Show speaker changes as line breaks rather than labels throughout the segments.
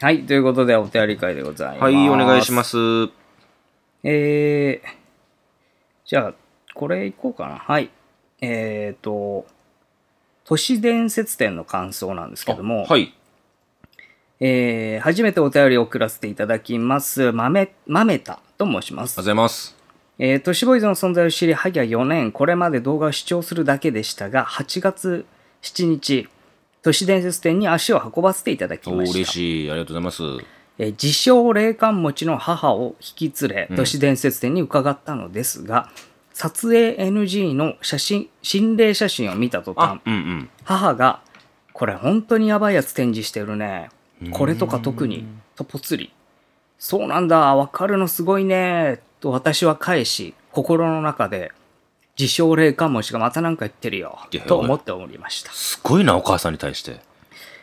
はい、ということで、お手やり会でございます。。
はい、お願いしますす。
えー、じゃあ、これいこうかな。はい。えーと、都市伝説展の感想なんですけども、
はい。
えー初めてお便りを送らせていただきます、まめ、まめたと申しま
ありがとう
す。
ございます。
えー、都市ボーイズの存在を知り、はや4年、これまで動画を視聴するだけでしたが、8月7日、都市伝説展に足を運ばせていただき
お
ました。
嬉しい。ありがとうございます。
えー自称霊感持ちの母を引き連
う
れ
ん
都市伝説展に伺ったのですが、撮影 NG の写真心霊写真を見た途端
あ、うんうん。
母が「これ本当にやばいやつ展示してるねこれとか特に」とぽつり「そうなんだわかるのすごいね」と私は返し心の中で「自称霊感持ちがまたなんか言ってるよ
いや」
と思っておりました
すごいな、お母さんに対して。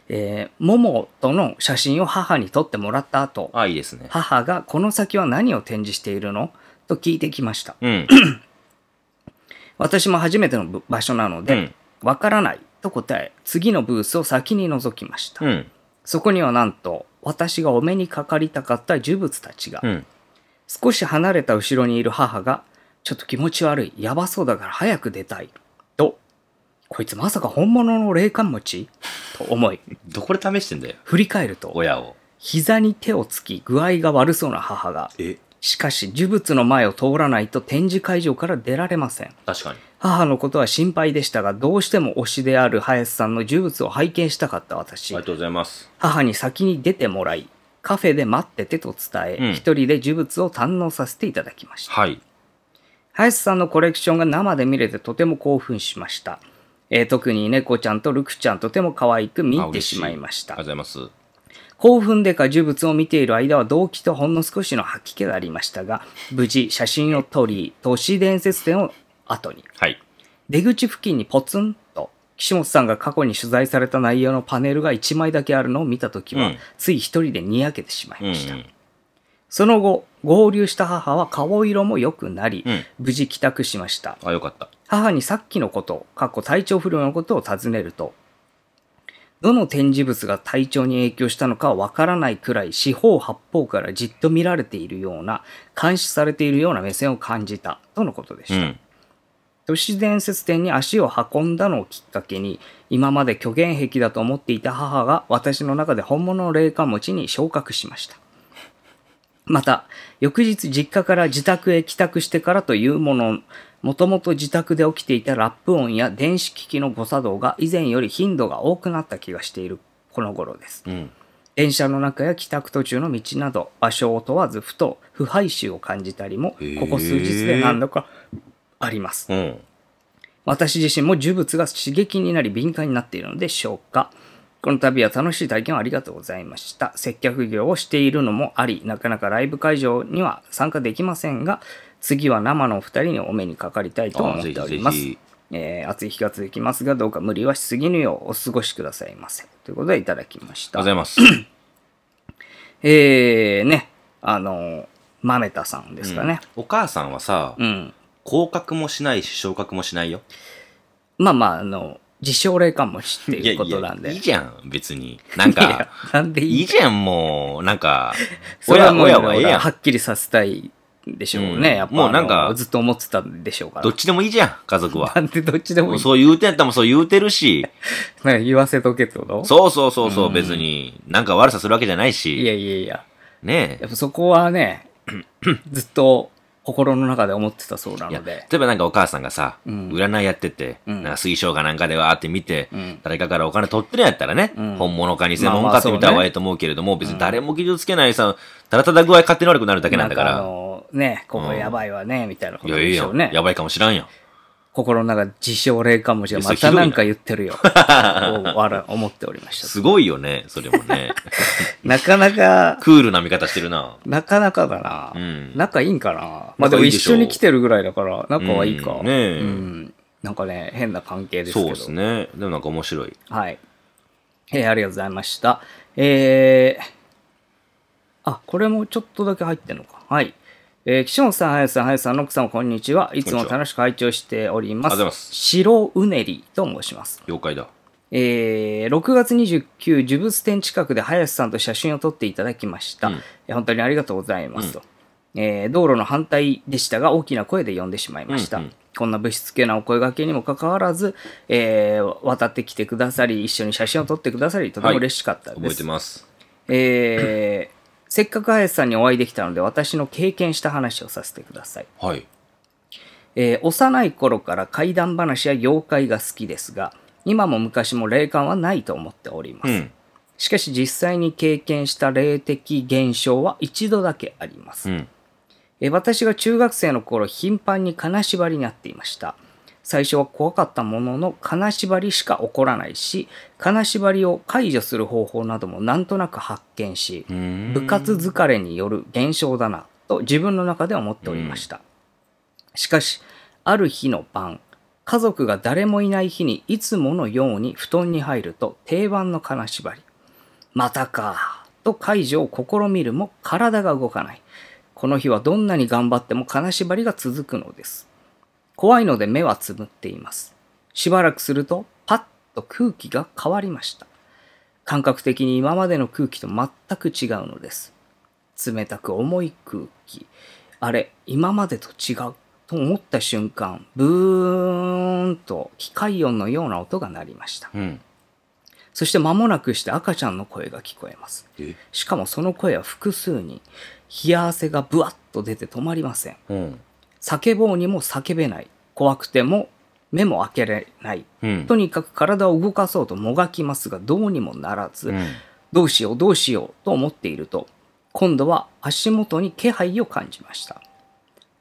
えー、モモとの写真を母に撮ってもらった後
あ、いいですね。
母がこの先は何を展示しているのと聞いてきました
うん。
私も初めてのぶ場所なの
う
で
ん。
わ、からないと答え次のブースを先に覗きました、
うん。
そこにはなんと私がお目にかかりたかった呪物たちが、
うん。
少し離れた後ろにいる母がちょっと気持ち悪いやばそうだから早く出たいとこいつまさか本物の霊感持ちと思い
どこで試してんだよ、
振り返ると
親を。
膝に手をつき具合が悪そうな母が
え
しかし呪物の前を通らないと展示会場から出られません
確かに。
母のことは心配でしたがどうしても推しである林さんの呪物を拝見したかった
あ
私
りがとうございます。
母に先に出てもらいカフェで待っててと伝え、
うん
一人で呪物を堪能させていただきました
はい。
林さんのコレクションが生で見れてとても興奮しました、えー特に猫ちゃんとルクちゃんとても可愛く見入ってしまいました
ありがとうございます。
興奮でか呪物を見ている間は動機とほんの少しの吐き気がありましたが無事写真を撮り都市伝説展を後に
はい。
出口付近にポツンと岸本さんが過去に取材された内容のパネルが1枚だけあるのを見た時は、
うん
つい一人でにやけてしまい
うんう
ました、
ん。
その後合流した母は顔色も良くなり、
うん
無事帰宅しました
あ、よかった。
母にさっきのこと、過去体調不良のことを尋ねると、どの展示物が体調に影響したのかわからないくらい四方八方からじっと見られているような、監視されているような目線を感じた、とのことでし
う
た。
ん。
都市伝説店に足を運んだのをきっかけに、今まで虚言癖だと思っていた母が私の中で本物の霊感持ちに昇格しました。また、翌日実家から自宅へ帰宅してからというもの、もともと自宅で起きていたラップ音や電子機器の誤作動が以前より頻度が多くなった気がしているこの頃です。
うん。
電車の中や帰宅途中の道など場所を問わずふと不敗臭を感じたりも
へー
ここ数日で何度かあります。
うん。
私自身も呪物が刺激になり敏感になっているのでしょうかこの度は楽しい体験をありがとうございました接客業をしているのもありなかなかライブ会場には参加できませんが次は生のお二人にお目にかかりたいと思
あ
って
ぜひ
お
ぜ
ります
ひ。
えー暑い日が続きますがどうか無理はしすぎぬようお過ごしくださいませということでいただきまし
ありがとうご
た
ざいます。
えー、ねあのまめたさんですかね
うんお母さんはさ、
うん、
降格もしないし、昇格もしないよ。
まあまああの自称霊感も知っていることなんで
いやいやいいじゃん、別に。なん
いや
か、
なんでいい
いいじゃん、もう。なんか、
それは
親
もう
親はええ
ほら
や
は
ん。
っきりさせたいでしょうね。
うん
やっぱ
もうなんか
あのずっと思ってたんでしょうから。
どっちでもいいじゃん、家族は
な。んでどっちで もいい。
そう言うてんやったらもうそう言うてるし、
なんか言わせとけってこと
そうそうそうそうう、
ん
別に、なんか悪さするわけじゃない
い
し、
やいやいや。
ねえ。
やっぱそこはね、 ずっと心の中で思ってたそうない
や
の
例
で。
えばなんかお母さんがさ、
うん
占いやってて、
うん
なんか水晶かなんかでわーって見て、
うん
誰かからお金取ってるんやったらね、
うん
本物か偽
まあ
物
ま
か
あ
って見た
そ
方
う
が
ね
いいと思うけれども、別に誰も傷つけないさ、ただただ具合勝手に悪くなるだけなんだか
んあ
ら、
のね、ここ
うん
やばいわね、みたいなこ
い
と
や、い
で
い
し
や、
ょうんね。
やばいかもしらんやん。
心の中で自称霊感持ちが
いやそ
ま
れひど
た
いな
なんか言ってるよ。とわら思っておりました。
すごいよね、それも ね。
なかなか、
クールな見方してるな。
なかなかだな。
うん
仲いいんかな。まあでも
仲いい
一
でしょ
緒に来てるぐらいだから、仲はいいか。
うんねえ
うんなんかね、変な関係ですけ
そう
ど。
ですね。でもなんか面白い。
はい。えーありがとうございました。えーあ、これもちょっとだけ入ってんのか。はい。えー岸本さん、林さん、林さん、ノックさん、こんにちは。いつも楽しく拝聴しております。
ありがとうございます
白うねりと申します。
妖怪だ。
えー6月29、呪物展近くで林さんと写真を撮っていただきました。
うん
いや本当にありがとうございますと。えー道路の反対でしたが、大きな声で呼んでしまいました。
うんうん
こんなぶしつけなお声掛けにもかかわらず、えー渡ってきてくださり、一緒に写真を撮ってくださり、とても嬉しかったです。
覚えてます。
えー せっかく林さんにお会いできたので、私の経験した話をさせてください。
はい。
えー幼い頃から怪談話や妖怪が好きですが、今も昔も霊感はないと思っております。
うん。
しかし実際に経験した霊的現象は一度だけあります。
うん。
えー私が中学生の頃頻繁に金縛りになっていました最初は怖かったものの金縛りしか起こらないし金縛りを解除する方法などもなんとなく発見し
うーん
部活疲れによる現象だなと自分の中で思っておりましたしかしある日の晩家族が誰もいない日にいつものように布団に入ると定番の金縛りまたかと解除を試みるも体が動かないこの日はどんなに頑張っても金縛りが続くのです怖いので目はつぶっていますしばらくするとパッと空気が変わりました感覚的に今までの空気と全く違うのです冷たく重い空気あれ今までと違うと思った瞬間ブーンと機械音のような音が鳴りました
うん。
そして間もなくして赤ちゃんの声が聞こえます
え
しかもその声は複数人冷や汗がブワッと出て止まりません
うん。
叫ぼうにも叫べない怖くても目も開けられない
うん。
とにかく体を動かそうともがきますがどうにもならず、
うん
どうしようどうしようと思っていると今度は足元に気配を感じました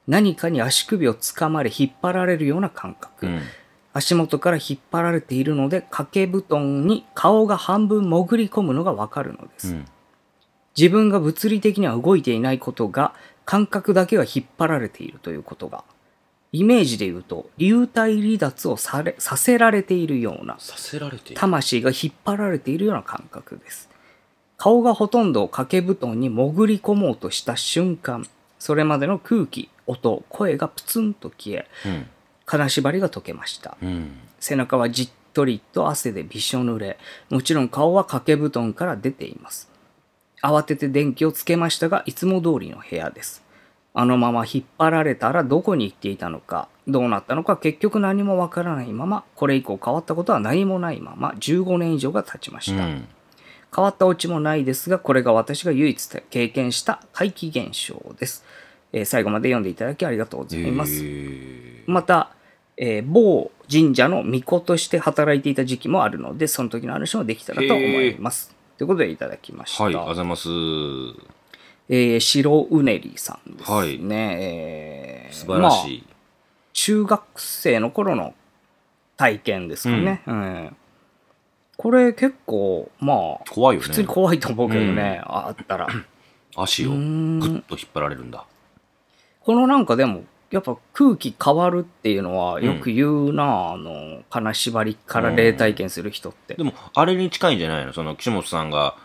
何かに足首をつかまれ引っ張られるような感覚、
うん。
足元から引っ張られているので掛け布団に顔が半分潜り込むのがわかるのです、
うん。
自分が物理的には動いていないことが感覚だけが引っ張られているということがイメージで言うと流体離脱をされさせられているような
させられている。
魂が引っ張られているような感覚です顔がほとんど掛け布団に潜り込もうとした瞬間それまでの空気音声がプツンと消え
うん。
金縛りが解けました
うん。
背中はじっとりと汗でびしょ濡れもちろん顔は掛け布団から出ています慌てて電気をつけましたがいつも通りの部屋ですあのまま引っ張られたらどこに行っていたのかどうなったのか結局何もわからないままこれ以降変わったことは何もないまま15年以上が経ちま
う
した、
ん。
変わったオチもないですがこれが私が唯一経験した怪奇現象です、えー最後まで読んでいただきありがとうございます、
えー
また、えー某神社の巫女として働いていた時期もあるのでその時の話もできたらと思います。ということでいただきました。
はい、ありがとうございます。
えー白うねりさんですね。
はい
えー
素晴らし
まあ
い。
中学生の頃の体験ですかね。うんこれ結構まあ
怖いよ
普通に
ね。
怖いと思うけどね、ああったら。
足を
う
ぐ
ーん
っと引っ張られるんだ。
このなんかでもやっぱ空気変わるっていうのはよく言うな、あの金縛りから霊体験する人って。
でも、あれに近いんじゃないのその、岸本さんが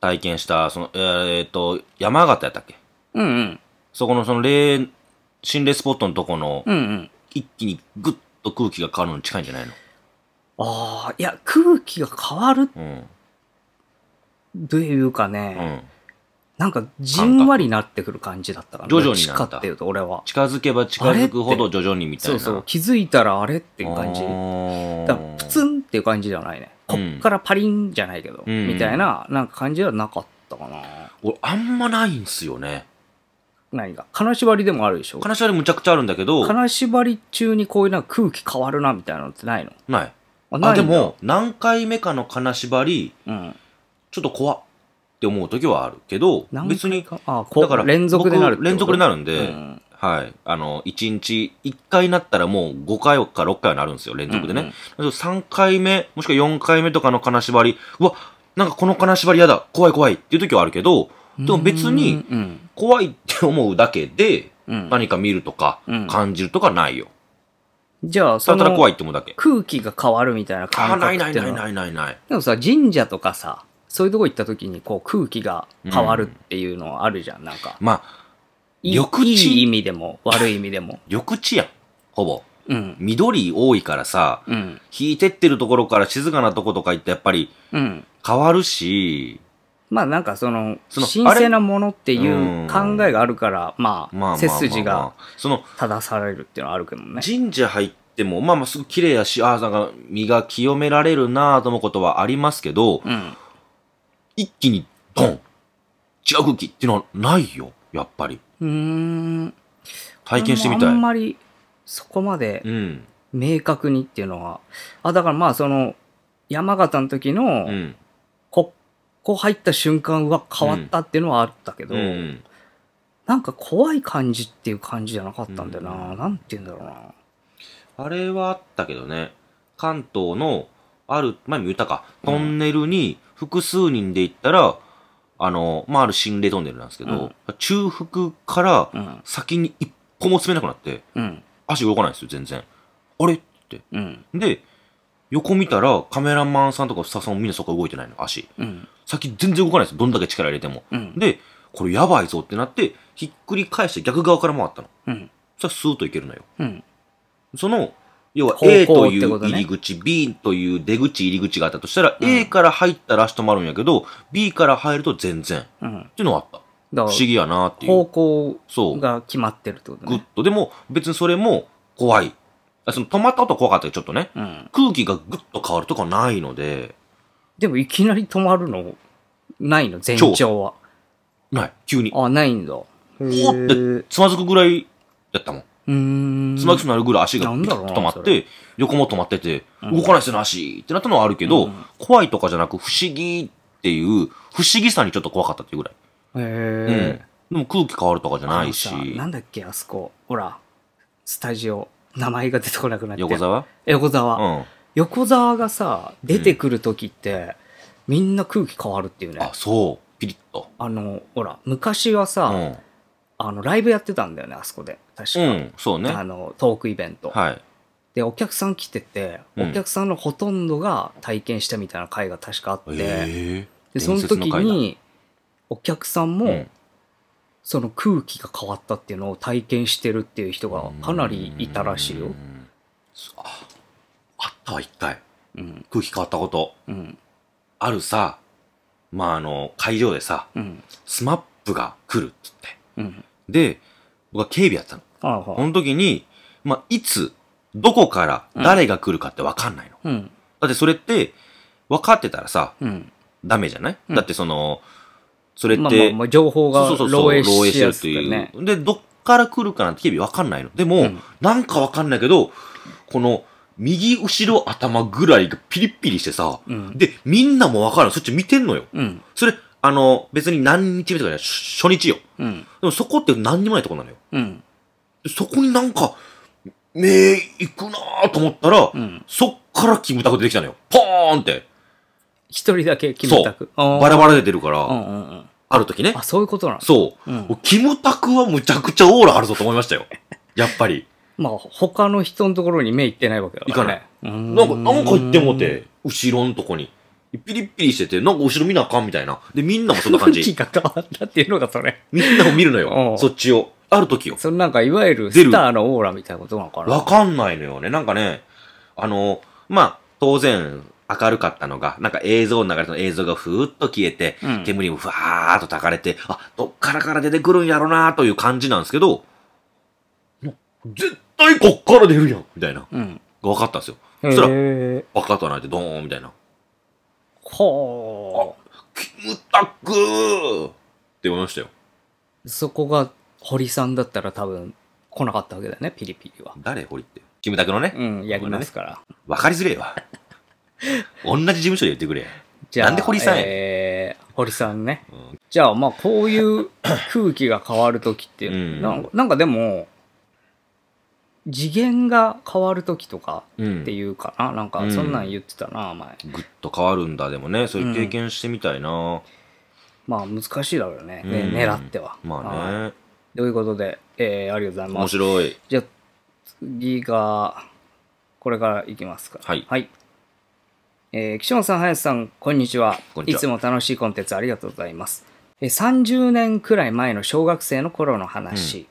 体験した、その、えーえーっと、山形やったっけ
うんうん。
そこの、その、霊、心霊スポットのとこの、
うんうん。
一気にぐっと空気が変わるのに近いんじゃないの
ああ、いや、空気が変わる
うん。
というか
う
ね、
ん。
なんかじんわりなってくる感じだったから、
徐々になっ
ど
た
っちかっていうと、俺は。
近づけば近づくほど徐々にみたい
そ
な。
うそう、気づいたらあれっていう感じ。
あ
だ
ー
からプツンっていう感じじゃないね。こっからパリンじゃないけど、
うん
みたいな、なんか感じはなかったかな。
俺、あんまないんすよね。
何が金縛りでもあるでしょ
金縛りむちゃくちゃあるんだけど、
金縛り中にこういうなんか空気変わるなみたいなのってないの
ない。
あな
あ、
い
で
んだ、
も、何回目かの金縛り、
うん、
ちょっと怖っって思う時はあるけど
何、回
別に、
あこう連続でなるってこと
僕連続でなるんで、
うん
はい。あの、1日、1回なったらもう5回か6回はなるんですよ、連続で
うんうん
ね。3回目、もしくは4回目とかの金縛り、うわ、なんかこの金縛りやだ、怖い怖いっていう時はあるけど、でも別に、
うん
怖いって思うだけで、
うん
何か見るとか
うん、
感じるとかないよ。
じゃあ
た
そ
だただ
の
怖いって思うだけ。
空気が変わるみたいな
あー、
感
な
覚
いな
っ
い
て
な
の
い
は
ないないない。
でもさ神社とかさそういうとこ行った時にこう空気が変わるっていうのはあるじゃん、なんか
まあ、
いい
緑地
いい意味でも悪い意味でも
緑地やん、ほぼ。
うん。
緑多いからさ、
うん。
引いてってるところから静かなとことか行ってやっぱり
うん。
変わるし、
まあなんかその、
その
神聖なものってい
うん
う考えがあるから、ま
まあまあまあま
あ、
あ
背筋が
その
正されるっていうのはあるけどね。
神社入っても、まあまあすごい綺麗やし、ああ、なんか身が清められるなあと思うことはありますけど、
うん。
一気にドン違う空気っていうのはないよ、やっぱり。
うーん。
体験してみた
あ
い。
んまり、そこまで
うん。
明確にっていうのは、あ、だからまあその、山形の時の
う、ん。
ここ入った瞬間は変わったっていうのはあったけど、
うん。
なんか怖い感じっていう感じじゃなかったんだよな。
うん
なんて言うんだろうな。
あれはあったけどね、関東のある、前も言ったか、トンネルに複数人で行ったら、あの、まあ、ある心霊トンネルなんですけど、中腹から
うん。
先に一歩も進めなくなって、
うん。
足動かないんですよ、全然。あれって。
うん。
で、横見たら、カメラマンさんとかスタッフさんもみんなそこ動いてないの、足。
うん。
先全然動かないんですよ、どんだけ力入れても。
うん。
で、これやばいぞってなって、ひっくり返して逆側から回ったの。
うん。
そしたらスーッといけるのよ。
うん。
その、要は
方向
A とい
ってこ
う
とね
入り口、B という出口入り口があったとしたら、
うん
A から入ったら足止まるんやけど、B から入ると全然。っ
うん。
ていうのはあった。
だか
不思議やな
ら、
ってい
方
う。
向
そう。
が決まってるってこと
グッ
ね。
と。でも、別にそれも怖い。あその止まったこと怖かったよ、ちょっとね。
うん。
空気がグッと変わるとかないので、
でも、いきなり止まるの、ないの、前兆は。
ない。急に。
あ、ないんだ。ほ
ほっ
ー
てつまずくぐらいやったもん。
うーん。
つまずくなるぐらい足が
なん
ビ
だ
タ
ろう
ッ
な
と止まっ
それ
て、横も止まってて、
うん
動かないですよね、足ってなったのはあるけど、
うん
怖いとかじゃなく、不思議っていう、不思議さにちょっと怖かったっていうぐらい。
へ
うん。
え
で。も空気変わるとかじゃ
あの
ないし
さ、なんだっけ、あそこ。ほら、スタジオ。名前が出てこなくなって。
横沢
横
う
沢。
ん。
横沢がさ、出てくるときって、みんな空気変わるっていうね
あ、。そう。ピリッと。
あの、ほら、昔は
う
さ、
ん。
あの、ライブやってたんだよね、あそこで。確か。
うん、そうね。
あの、トークイベント。
はい。
で、お客さん来てて、
うん
お客さんのほとんどが体験したみたいな回が確かあって、
え
で、その時
伝説の回だ
に、お客さん
え
も、その空気が変わったっていうのを体験してるっていう人がかなりいたらしいよ。。
う
うん
あ、あったわ、一回。
ん、
空気変わったこと。
うん、
あるさ、まあ、あの、会場でさ、
うん、
スマップが来るっつって。
うん。
で、僕は警備やってたの。
ああ、は
こ
あ
の時に、まあ、いつ、どこから、誰が来るかって分かんないの。
うん、
だってそれって、分かってたらさ、
うん。
ダメじゃない、
うん
だってその、それって、
まあまあまあ、情報が
そうそうそう、
漏洩しやす
て
くてね。
う。で、どっから来るかなんて警備分かんないの。でも、
うん
なんか分かんないけど、この、右後ろ頭ぐらいがピリッピリしてさ、
うん、
で、みんなも分かるの。そっち見てんのよ。
うん、
それ、あの、別に何日目とかじゃない、し初日よ。
うん、
でもそこって何にもないとこなのよ。
うん、
そこになんか、目行くなーと思ったら、
うん。
そっからキムタク出てきたのよ。ポーンって。
一人だけキムタク。ああ
バラバラで出るから、
うんうんうん。
ある時ね
あ、。そういうことなの
そう、
うん
キムタクはむちゃくちゃオーラあるぞと思いまし たよ。やっぱり。
まあ、他の人のところに目行ってないわけだからね。行かない
なんか、なんか言ってもう。て、後ろのとこに。ピリッピリしてて、なんか後ろ見なあかんみたいな。で、みんなもそんな感
空 気
じ。
が変わったっていうのがそれ。
みんなも見るの
う
よ。
ん
そっちを。ある時よ。
そのなんか、いわゆる
出る
スターのオーラみたいなことなのかな。
わかんないのよね。なんかね、あの、まあ、当然、明るかったのが、なんか映像の中でその映像がふーっと消えて、
うん
煙もふわーっとたかれて、あ、どっからから出てくるんやろなという感じなんですけど、もう絶対こっから出るやんみたいな。
うん。
が分かったんですよ。
へ
そしたら、
ー。
バカとないてドーンみたいな。
ほ
キムタクーって思いましたよ。
う。そこが、堀さんだったら多分、来なかったわけだよね、ピリピリは。
誰堀って。キムタクのね、
うん、やりますから。
分かりづれ えわ。同じ事務所で言ってくれ。
じゃあ、
なんで堀さんや
えー、堀さんね。じゃあ、まあ、こう いう空気が変わるときって、
うん
なんなんかでも、次元が変わるときとか
うん
っていうかな、なんかそんなん言ってたな、前。
ぐっと変わるんだでもねそういう経験してみたいな、
まあ難しいだろうね、ね
うん
狙っては。
まあ
はい
ね、
ということで、えーありがとうござい
面
ます。
白い
じゃあ次が、これからいきますか。
はい
えー岸本さん、林さん、こんにちは。
こんにちはい
つも楽しいコンテンツありがとうございます。えー30年くらい前の小学生の頃の話。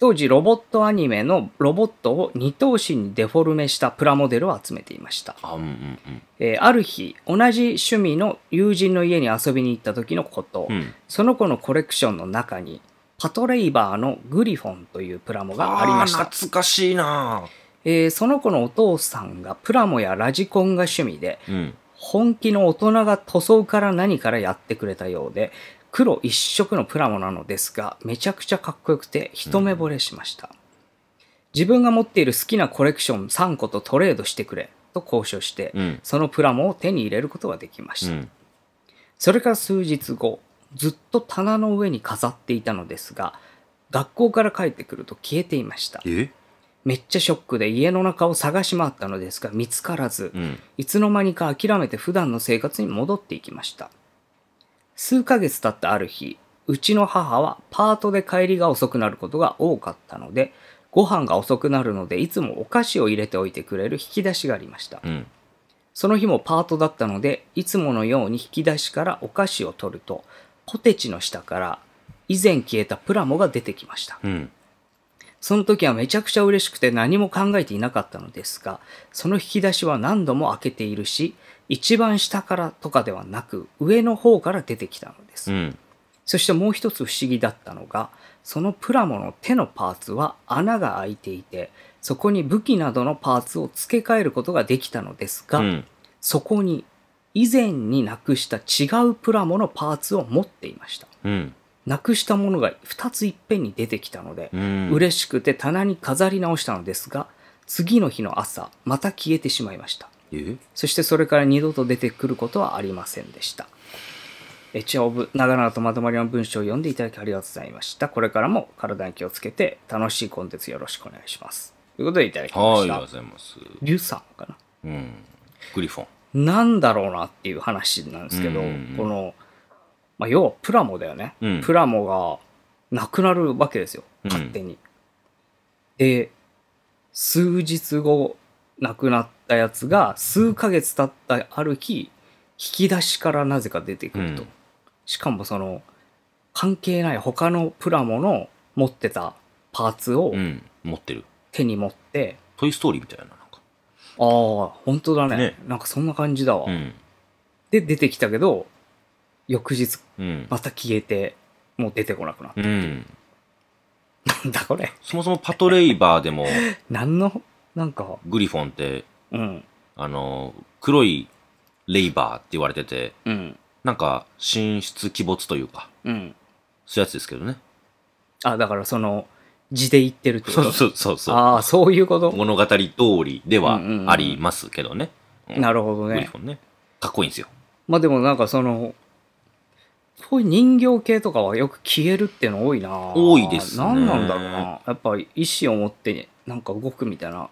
当時ロボットアニメのロボットを二頭身にデフォルメしたプラモデルを集めていました、
あ、うんうん
えーある日同じ趣味の友人の家に遊びに行った時のこと、
うん。うん。
その子のコレクションの中にパトレイバーのグリフォンというプラモがありまし
ー
た、
懐かしいな
えーその子のお父さんがプラモやラジコンが趣味で
うん。
本気の大人が塗装から何からやってくれたようで黒一色のプラモなのですがめちゃくちゃかっこよくて一目惚れしました、自分が持っている好きなコレクション3個とトレードしてくれと交渉して、
うん。
そのプラモを手に入れることができまし
う
た、
ん。
それから数日後ずっと棚の上に飾っていたのですが学校から帰ってくると消えていました
え
めっちゃショックで家の中を探し回ったのですが見つからず、
うん。
いつの間にか諦めて普段の生活に戻っていきました。数ヶ月経ったある日、うちの母はパートで帰りが遅くなることが多かったので、ご飯が遅くなるのでいつもお菓子を入れておいてくれる引き出しがありました。
うん。
その日もパートだったので、いつものように引き出しからお菓子を取ると、ポテチの下から以前消えたプラモが出てきました。
うん。
その時はめちゃくちゃ嬉しくて何も考えていなかったのですが、その引き出しは何度も開けているし、一番下からとかではなく、上の方から出てきたのです。
うん。
そしてもう一つ不思議だったのが、そのプラモの手のパーツは穴が開いていて、そこに武器などのパーツを付け替えることができたのですが、
うん。
そこに以前になくした違うプラモのパーツを持っていました。
うん。
なくしたものが2ついっぺんに出てきたので、
うん。
嬉しくて棚に飾り直したのですが次の日の朝また消えてしまいました
え
そしてそれから二度と出てくることはありませんでしたエチオブ長々とまとまりの文章を読んでいただきありがとうございましたこれからも体に気をつけて楽しいコンテンツよろしくお願いしますということでいただきま
はい、
し
ありがとうご
た
ざいます。
リュウさんかな
うん。グリフォン。
なんだろうなっていう話なんですけど、
うんうんうん
この、まあ、要はプラモだよね、
うん
プラモがなくなるわけですよ
うん
勝手に、で数日後なくなったやつが数ヶ月経ったある日引き出しからなぜか出てくると、
うん
しかもその関係ない他のプラモの持ってたパーツを
うん。持ってる。
手に持って、
トイストーリーみたいな、なんか。
ああ本当だね
ね
なんかそんな感じだわ、
うん。
で出てきたけど翌日
うん。
また消えてもう出てこなくなっ
うん。
たんだこ れ
そもそもパトレイバーでも、
何のなんか
グリフォンって、
うん
あの、黒いレイバーって言われてて、
うん
なんか、神出鬼没というか、
うん
そういうやつです けどね。
あだからその字で言ってるってこと
そうそうそうそう。
ああそういうこと
物語通りでは
うんうんうん
ありますけどね。うん
なるほど
グリ
ね
フォンね。かっこいいんですよ。
まあでもなんかそのこういう人形系とかはよく消えるっての多いな
多いですね
何なんだろうなやっぱ意思を持ってなんか動くみたいな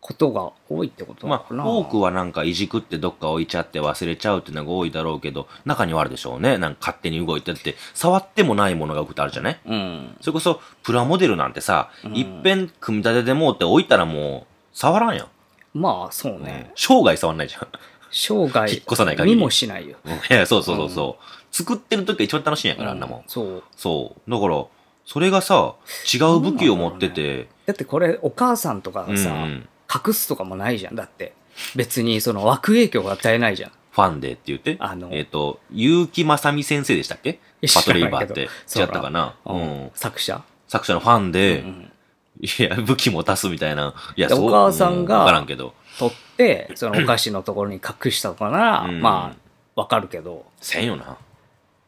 ことが多いってことなの
ま
かな、
あ、多くはなんかいじくってどっか置いちゃって忘れちゃうっていうのが多いだろうけど、中にはあるでしょうね。なんか勝手に動いてだって、触ってもないものが動くってあるじゃない
うん
それこそ、プラモデルなんてさ、
うん
いっぺん組み立ててもうって置いたらもう、触らんやん。
まあそうね、
生涯触んないじゃん。
生涯
引っ越さない限り
見もしないよ。
いやそうそうそうそう。作ってる時が一番楽しいんやから、あんなも。
うんそう。
そう。だから、それがさ、違う武器を持ってて、
だってこれお母さんとか
うんう
が
ん
さ、隠すとかもないじゃん。だって別にその悪影響が与えないじゃん。
ファンデーって言って、
あの
えっ、と、結城正美先生でしたっけ
知
パト
らないけ
レイ
ど
バーって。
そう
違っ
だ
たかなう
うん
ん。
作者。
作者のファンで、
うん
いや、武器も足すみたいな。いや、
でお母さんが
うわからんけど。
取ってそのお菓子のところに隠したとかなら、
うん
まあわかるけど
せんよな。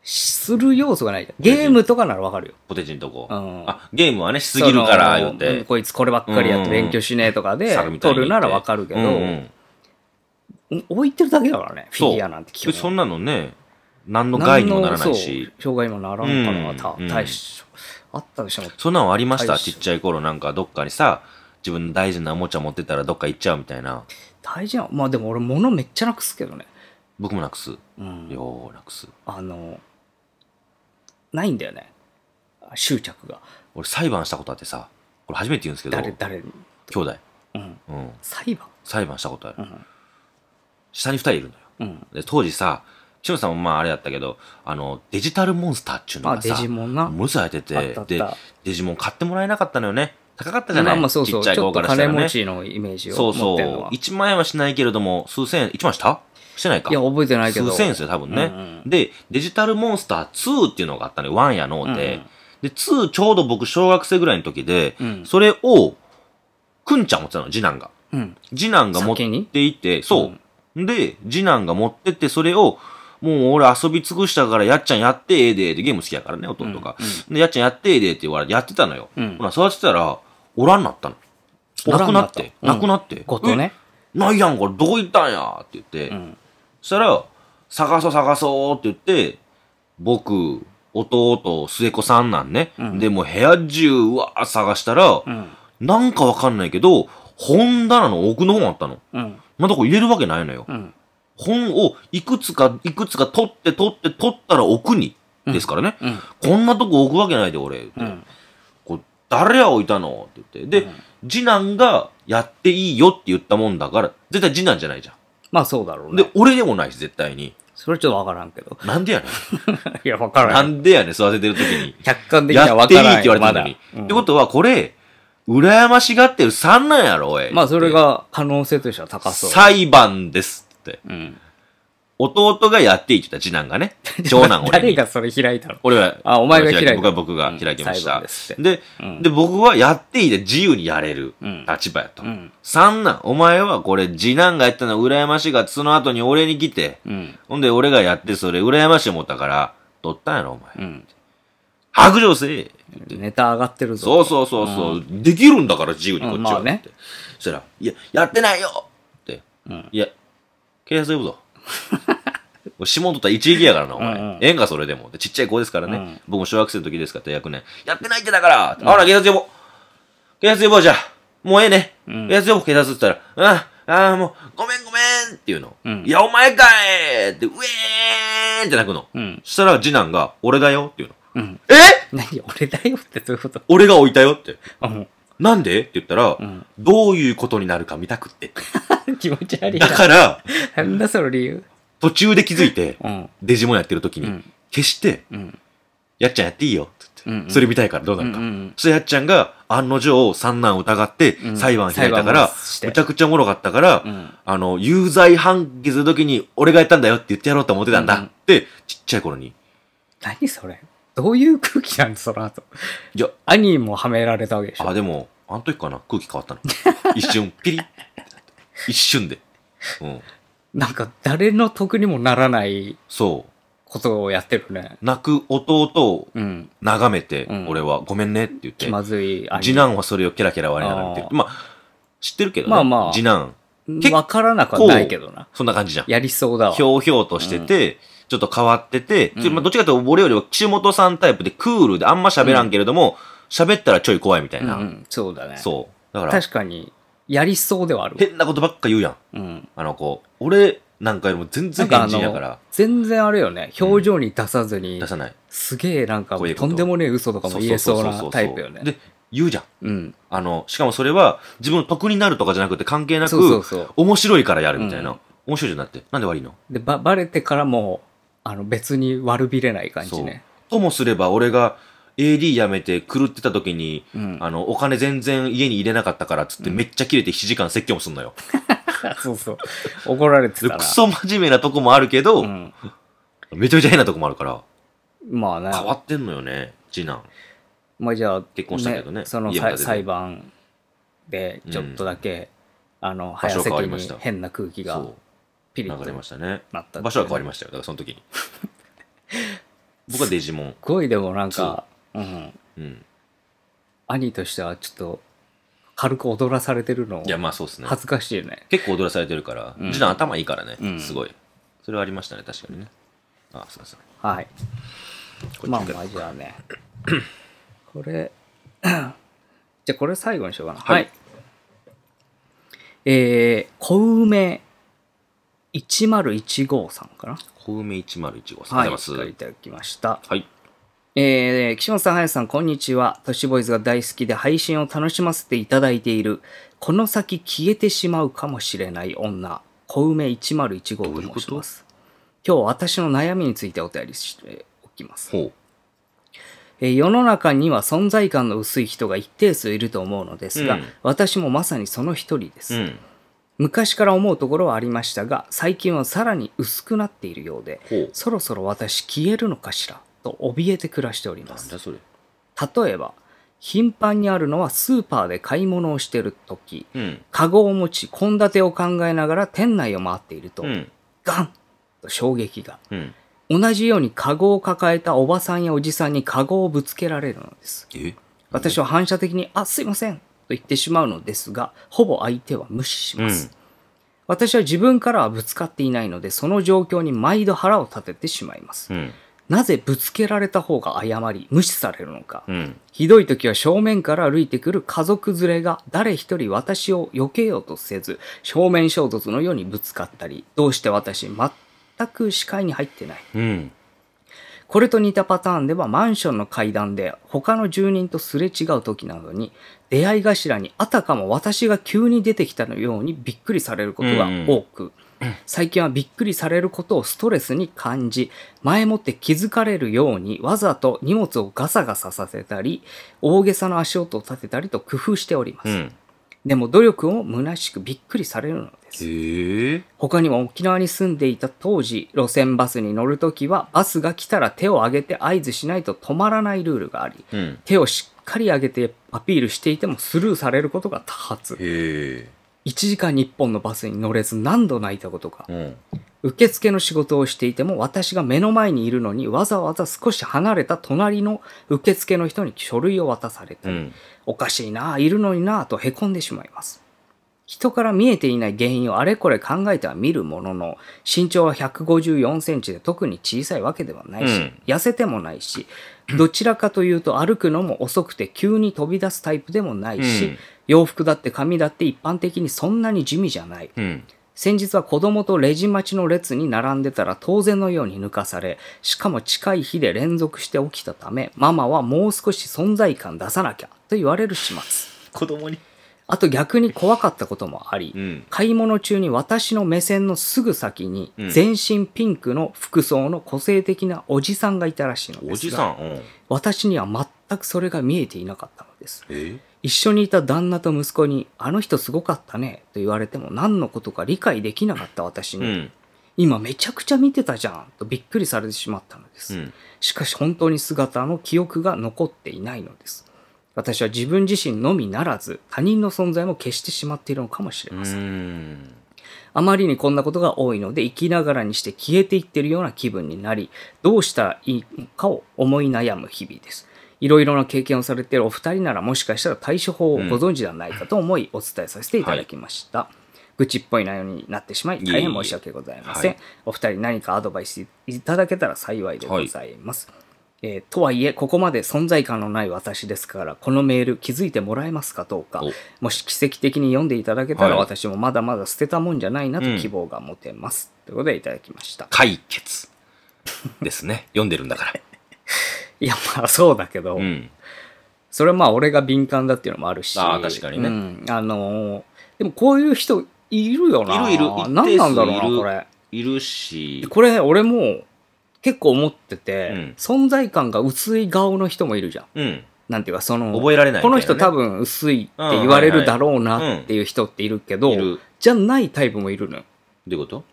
する要素がないじゃん。ゲームとかならわかるよ。
ポテチのとこ。
うん
あ、ゲームはね、しすぎるか
そ
ら、言
の
っ
うん
て。
こいつこればっかりやっ
うん
て
うんうん
勉強しねえとかで
猿みたい
取
に言って
るならわかるけど、
うんうん
置いてるだけだからねフィギュアなんて基
そ
本
んなのね、何の害にもならない
何の
し。
そう障害にもならんからた、
うんうん
大しあったでしょ
そんなのありました
大
ち
事
っちゃい頃なんかどっかにさ、自分の大事なおもちゃ持ってたらどっか行っちゃうみたいな。
大事なまあでも俺物めっちゃなくすけどね、
僕もなくす。
うん、
ようなくす。
あのないんだよね執着が
俺裁判したことあってさ、これ初めて言うんですけど、
誰
兄
誰に、
弟。
うん、
うん。
裁判
裁判したことある。
うん
下に二人いるのよ。
うん
で当時さしおんさんもまああれやったけど、あの、デジタルモンスターっちゅうの
あ、
がさ、
デジモンな。
ものすごい入って、
あったあってた
で、デジモン買ってもらえなかったのよね。高かったじゃない、
まあまあそうそう、
ちっちゃい
ちょ
子
っ
か
と
らした
金
らね
持。ちのイメージを
そう
持
そ
っ
う
てるのは。。
1万円はしないけれども、数千円、1万したしてないか。
いや、覚えてないけど。
数千円ですよ、多分ね。
うんう
で、デジタルモンスター2っていうのがあったのよ、1やのうて。
うんうん
で、2ちょうど僕小学生ぐらいの時で、
うん
それを、くんちゃん持ってたの、次男が。
うん。
次男が持っ
先に
ていて、そう。で、次男が持ってって、それを、もう俺遊び尽くしたから、やっちゃんやってええで、ってゲーム好きやからね、弟が。で、やっちゃんやってええでって言われて、やってたのよ。
うん
ほら、育てたら、おらんなったの。
おら
なんく
な
な
っ
ったて、なくなって。
ごとね。
え。ないやん、これ、どこ行ったんやって言って。
うん。
そしたら、探そう探そうって言って、僕、弟、末子さんなんね。
うん
で、もう部屋中、うわー探したら、
うん。
なんかわかんないけど、本棚の奥の方あったの。
うん。
まだこれ入れるわけないのよ。
うん。
本をいくつか、いくつか取って取って取ったら奥に、ですからね。
うん。
こんなとこ置くわけないで、俺。
うん。
こう誰や置いたのって言って。で、
うん
次男がやっていいよって言ったもんだから、絶対次男じゃないじゃ。
まあそうだろうんね
で。、俺でもないし、絶対に。
それちょっとわからんけど。
なんでやねん。
いや、わから。。
なんんでやねん、育ててる時に
客観的に
や
はわ
ってい
か
い
らん
っ
よ。
て言われてるのに。
まだうん
ってことは、これ、羨ましがってる3なんやろ、おい。
まあそれ、が可能性としては高そう。
裁判ですって。
うん。
弟がやっていいって言った、次男が ね。長男俺
誰
に。
がそれ開いたの
俺は、
あお前が開いた
僕は僕が
うん
開きまし
裁判
た
ですっ。て
で
うん、
で、僕はやっていいで自由にやれる
うん
立場やと
うん。
三男、お前はこれ次男がやったの羨ましがってその後に俺に来て、
うん。
ほんで俺がやってそれ羨ましい思ったから、取ったんやろ、お前。
うん。
白状せえ
ネタ上がってるぞ。
そうそうそうそう、できるんだから自由にこっちは、
うんまあね
ってそしたら「いややってないよ!」って、
うん
いや警察呼ぶぞ 俺指紋取ったら一撃やからなお前、
うんうん
縁がそれでもでちっちゃい子ですからね、
うん
僕も小学生の時ですから低学年やってないってだから、あら警察呼ぼう警察呼ぼうじゃあもうええね、
うん
警察呼ぼう警察って言ったら「うんああもうごめんごめん」って言うの「
うん
いやお前かい!」って「うえーん!」って泣くの、
うん。
そしたら次男が「俺だよ」って言うの
うん。
「え
何俺だよってどういうこと
俺が置いたよ」って
うん。
なんでって言ったら、
ん
どういうことになるか見たくって。
気持ち悪いな
だ。から、
なんだその理由
途中で気づいて、
うん。
デジモンやってる時に、
うん
消して、
うん。
やっちゃんやっていいよって言って、
うんうん
それ見たいからどうなるか。
うんうんうん
そしてやっちゃんが案の定三男を疑って
うん
裁判開いたか
裁
ら
判を、して
むちゃくちゃおもろかったから、
うん
あの、有罪判決の時に俺がやったんだよって言ってやろうと思ってたんだ
うんうん
って、ちっちゃい頃に。
何それどういう空気なんその後。
いや、
兄もはめられたわけでしょ
あ、でも、あの時かな空気変わったの。一瞬、ピリッ一瞬で。うん。
なんか誰の得にもならない
そ
ことをやってるね。
う。泣く弟を
うん。
眺めて、
うん
俺は、ごめんねって言って
気、まずい兄。
次男はそれをケラケラ笑いながら見てる
あ。ー
まあ、知ってるけどね。
まあまあ
次男、結構
わからなくはないけどな。
そんな感じじゃん。
やりそうだわ
ひ。ょうひょうとしてて、ちょっと変わってて、
うん
ちょまあどっちかというと俺よりは岸本さんタイプでクールであんま喋らんけれども、喋ったらちょい怖いみたいうな。
ん、そうだね。
そう。だから、
確かに、やりそうではあるわ。
変なことばっか言うやん。
うん。
あの子、俺なんかよりも全然変人やから、
全然あれよね、表情に出さずに、
出さない。
すげえなんか、
こういうこと
とんでもねえ嘘とかも言えそうなタイプよね。
で、言うじゃん。
うん。
あの、しかもそれは自分の得になるとかじゃなくて関係なく、
そうそうそう。
面白いからやるみたいな。
うん
面白いじゃなくて。なんで悪いの
で、ば、ばれてからも、あの、別に悪びれない感
そ
じ
う
ね。
ともすれば俺が AD 辞めて狂ってた時に、
うん
あの、お金全然家に入れなかったからっつってめっちゃ切れて7時間説教もすんのよ。
そうそう。怒られてた
で
ら。
クソ真面目なとこもあるけど、
うん。
めちゃめちゃ変なとこもあるから、
まあね。
変わってんのよね、次男。
まあじゃあ、
結婚したけどね
その
家も
さ
建てて
裁判で、ちょっとだけ、あの、
場所
早
が
席
変わりまし
に
た
変な空気が
そ
ピリ
う。流
ッと
れましたね。
なった。
場所は変わりま
し
したよ。だからそ の時に。僕はデジモン。
た。すごいでもなんか、うん。
うん。
兄としてはちょっと、軽く踊らされてるの
いや、まあそうですね。
恥ずかしいね。
結構踊らされてるから、
うん
次男頭いいからね、
うん
すごい。それはありましたね、確かにね。あ、すいません。
はい。
こっち
まあまあじゃあね。 これ、 じゃあこれ最後にしようかな。
はい
えー、小梅1015さんかな。
小梅101号さん。
は
あ
い。
りがとうござい
い
ま
ただきました。
す。はい。
えー、岸本さん、林さん、こんにちは。都市ボーイズが大好きで配信を楽しませていただいている、この先消えてしまうかもしれない女、小梅1015と申します。今日私の悩みについてお便りしておきます。
ほ
えー世の中には存在感の薄い人が一定数いると思うのですが、
うん
私もまさにその一人です、
う。うん。
昔から思うところはありましたが、最近はさらに薄くなっているようで、
ほう。
そろそろ私消えるのかしらと怯えて暮らしておりま
なん
す。
だそれ。
例えば、頻繁にあるのはスーパーで買い物をしている時
うん。
カゴを持ち、献立を考えながら店内を回っていると、
うん。
ガンと衝撃が。
うん。
同じようにカゴを抱えたおばさんやおじさんにカゴをぶつけられるのです。
え
私は反射的に、あ、すいませんと言ってしまうのですが、ほぼ相手は無視します。
うん
私は自分からはぶつかっていないので、その状況に毎度腹を立ててしまいます。
うん。
なぜぶつけられた方が謝り、無視されるのか。
うん。
ひどい時は正面から歩いてくる家族連れが誰一人私を避けようとせず、正面衝突のようにぶつかったり、どうして私全く視界に入ってない。
うん。
これと似たパターンではマンションの階段で他の住人とすれ違う時などに出会い頭にあたかも私が急に出てきたのようにびっくりされることが多く、最近はびっくりされることをストレスに感じ前もって気づかれるようにわざと荷物をガサガサさせたり大げさな足音を立てたりと工夫しております、
うん。
でも努力を虚しくびっくりされるのです
へえ。
他にも沖縄に住んでいた当時路線バスに乗るときはバスが来たら手を上げて合図しないと止まらないルールがあり
うん。
手をしっかり上げてアピールしていてもスルーされることが多発
へえ。
1時間日本のバスに乗れず何度泣いたことか
うん。
受付の仕事をしていても私が目の前にいるのにわざわざ少し離れた隣の受付の人に書類を渡された
う
り、
ん。
おかしいなあいるのになあとへこんでしまいます人から見えていない原因をあれこれ考えては見るものの身長は1 5 4センチで特に小さいわけではないし、
うん
痩せてもないしどちらかというと歩くのも遅くて急に飛び出すタイプでもないし、
うん
洋服だって髪だって一般的にそんなに地味じゃない
うん。
先日は子供とレジ待ちの列に並んでたら当然のように抜かされ、しかも近い日で連続して起きたため、ママはもう少し存在感出さなきゃと言われる始末。
子供に。
あと逆に怖かったこともあり、
うん。
買い物中に私の目線のすぐ先に
うん
全身ピンクの服装の個性的なおじさんがいたらしいのですが
おじさん。うん。
私には全くそれが見えていなかったのです。
え
一緒にいた旦那と息子に、あの人すごかったねと言われても何のことか理解できなかった私
う
に、
ん。
今めちゃくちゃ見てたじゃんとびっくりされてしまったのです、
うん。
しかし本当に姿の記憶が残っていないのです私は自分自身のみならず他人の存在も消してしまっているのかもしれ
う
ません、
ん。
あまりにこんなことが多いので生きながらにして消えていってるような気分になりどうしたらいいのかを思い悩む日々ですいろいろな経験をされているお二人ならもしかしたら対処法をご存知ではないかと思いお伝えさせていただきました、愚痴っぽい内容になってしまい大変申し訳ございません
いえいえはい
お二人何かアドバイスいただけたら幸いでございます、えーとはいえここまで存在感のない私ですからこのメール気づいてもらえますかどうか
お
もし奇跡的に読んでいただけたら
はい
私もまだまだ捨てたもんじゃないな
う
と
ん
希望が持てます、ということでいただきました
解決。ですね。 読んでるんだから。
いやまあそうだけど、
うん。
それはまあ俺が敏感だっていうのもあるし
あー確かにね
うんあのーでもこういう人いるよない
るいる
何なんだろ
一定
な
数いうる
これ
いるし。
これ俺もう結構思ってて、
うん
存在感が薄い顔の人もいるじゃん
うん。
なんていうかその
覚えられないみた
こ
いな
の人
ね
多分薄いって言われるだろうなっていう人っているけど、
いる。
じゃないタイプもいるのよ
どういうこと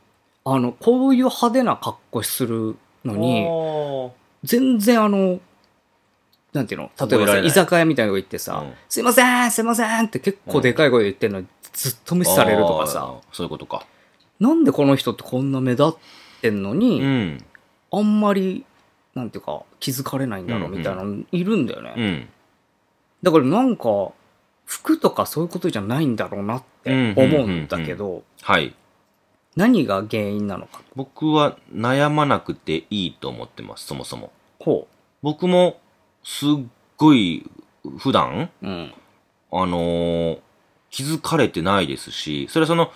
あのこういう派手な格好するのに
おー
全然あのなんていうの例
覚
え
え
ば
ら
さ
れない
居酒屋みたいなの行ってさ「
うん
すいませんすいません」って結構でかい声で言ってるのにずっと無視されるとかさ、
あーそういうことか。
なんでこの人ってこんな目立ってんのに、
うん。
あんまりなんていうか気づかれないんだろうみたいなのいるんだよね、
うん。
だからなんか服とかそういうことじゃないんだろうなって思うんだけど、
はい。
何が原因なのか
僕は悩まなくていいと思ってます、そもそも。
こ
僕も、すっごい、普段、
う、うん、
あのー気づかれてないですし、それはその、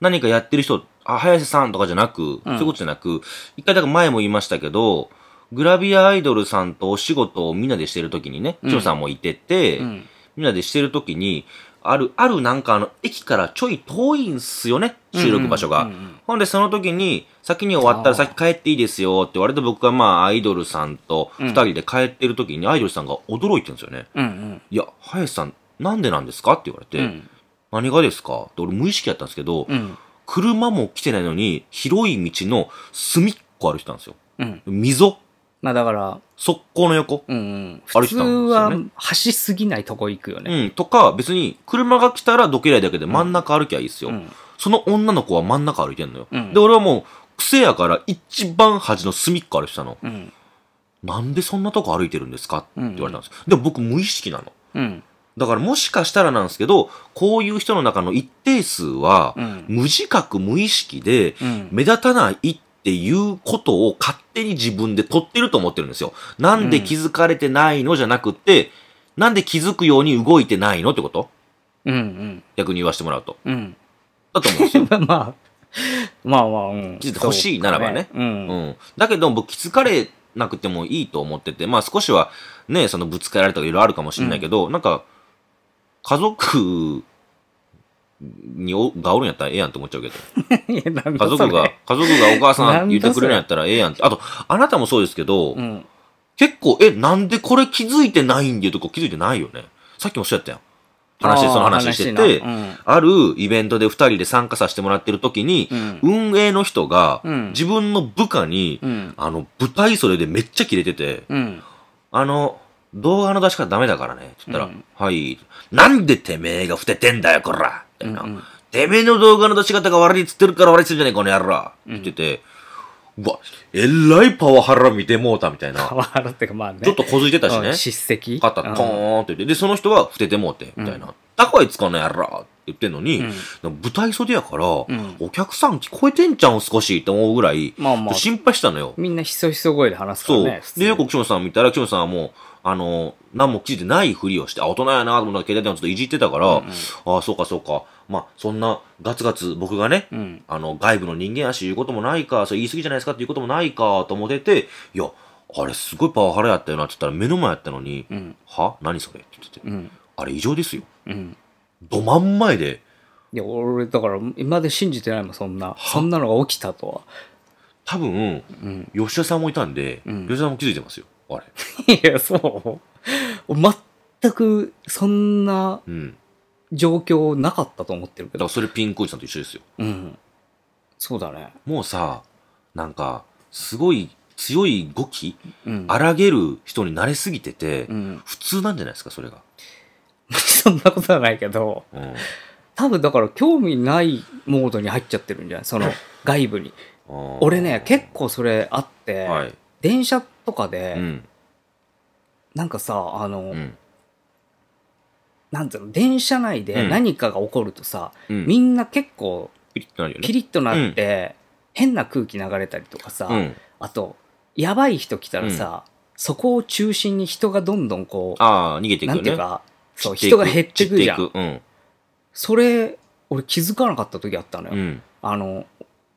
何かやってる人、あ、早瀬さんとかじゃなく、そういうことじゃなく、一回だから前も言いましたけど、グラビアアイドルさんとお仕事をみんなでしてるときにね、
うん
千代さんもいてて、
うん
みんなでしてるときに、ある、あるなんかあの、駅からちょい遠いんすよね、収録場所が。
うんうんうん
ほんで、その時に、先に終わったら先帰っていいですよって、割と僕がまあ、アイドルさんと二人で帰ってる時に、アイドルさんが驚いてるんですよね。
うん
いや、林さん、なんでなんですかって言われ
うん。う
て、
ん。
何がですかって俺無意識やったんですけど
う、ん。
車も来てないのに、広い道の隅っこ歩いてたんですよ。
うん。
溝
まあだから、
側溝の横
うんうん。
歩
普
いて
通
たんですよ
は
ね
走りすぎないとこ行くよね。
うん、とか、別に、車が来たらどけりゃいいだけで真ん中歩きゃいいですよ。
うん
その女の子は真ん中歩いてんのよ。
うん
で、俺はもう、癖やから一番端の隅っこ歩いてたの。
うん。
なんでそんなとこ歩いてるんですかって言われたんですよ。でも僕無意識なの。
うん。
だからもしかしたらなんですけど、こういう人の中の一定数は、
うん
無自覚無意識で、
うん。
目立たないっていうことを勝手に自分で取ってると思ってるんですよ。なんで気づかれてないのじゃなくて、なんで気づくように動いてないのってこと
うん。
逆に言わせてもらうと。
うん。
だと思うんですよ。
うん。 まあ、まあまあ、うん。
気づいてほしいならばね
そうか
う
ね
ん。だけど僕気づかれなくてもいいと思ってて、まあ少しはね、そのぶつけられたとかいろいろあるかもしれないけど、なんか、家族におがおるんやったらええやんって思っちゃ うけど。
うん。いや、なん
家
だそ
族
れ
が、家族がお母さん言って
なん
くれるん
だそれ
やったらええやんって。あと、あなたもそうですけど、
うん。
結構、え、なんでこれ気づいてないんでとか気づいてないよね。さっきもそうやったやん。話で、その話してて、
あー話な
あるイベントで二人で参加させてもらってる時に、
うん
運営の人が、
うん
自分の部下に、
うん。
あの、舞台袖でめっちゃキレてて、
うん。うん。
あの、動画の出し方ダメだからね。つったら、
うん
はい。なんでてめえが伏ててんだよ、こらみたいな、
うんうん
てめえの動画の出し方が悪いっつってるから悪いっつってんじゃねえか、この野郎言ってて、うわ、えらいパワハラ見てもうたみたいな。
パワハラっていうか、まあね。
ちょっと小づいてたし
う
ね
ん。叱責
肩、
う
ト
ん
ーンって言って、で、その人は、伏ててもうて、みたいな。だからいつこの野郎って言ってんのに、
うん
舞台袖やから、
ん
お客さん聞こえてんちゃうん少しって思うぐらい、
まあまあ
心配したのよ。
みんなひそひそ声で話すから
そう
ね。普。通
で、よく、キョンさん見たら、キョンさんはもう、あの、何も聞いてないふりをして、あ、大人やなと思ったら、携帯電話ちょっといじってたから、ああ、そうかそうか。まあ、そんな、ガツガツ、僕がね、
うん。
あの、外部の人間やし言うこともないか、それ言い過ぎじゃないですかっていうこともないか、と思ってて、いや、あれすごいパワハラやったよなって言ったら目の前やったのに、
うん。
は何それって言ってて、
うん。
あれ異常ですよ。
うん。
ど真ん前で、
いや、俺、だから、今まで信じてないもん、そんな。そんなのが起きたとは。
多分、
うん。
吉田さんもいたんで、
うん
吉田さんも気づいてますよ。あれ。
いや、そう。全く、そんな
うん。だ
状況なかったと思ってるけ
から
ど。
それピンクおじさんと一緒ですよ。
うん。そうだね。
もうさ、なんか、すごい強い語気、
うん。
荒げる人に慣れすぎてて、
うん。
普通なんじゃないですか、それが。
そんなことはないけど。
うん。
多分だから興味ないモードに入っちゃってるんじゃないその外部に俺ね結構それあって、
構はい。
電車とか
う
で
ん。
なんかさあの、
うん。
なんていうの電車内
う
で
ん
何かが起こるとさ、
うん
みんな結構
ピリッとなるよね。
ピリッとなって、変な空気流れたりとかさ、
うん。
あとやばい人来たらさ、そこを中心に人がどんどんこう、
ああ、逃げていく
な
よね。
んていうかそう
散
人が減ってくじゃ
散っ
ん
ていく
それ俺気づかなかった時あったのよ、
うん。うん。
あの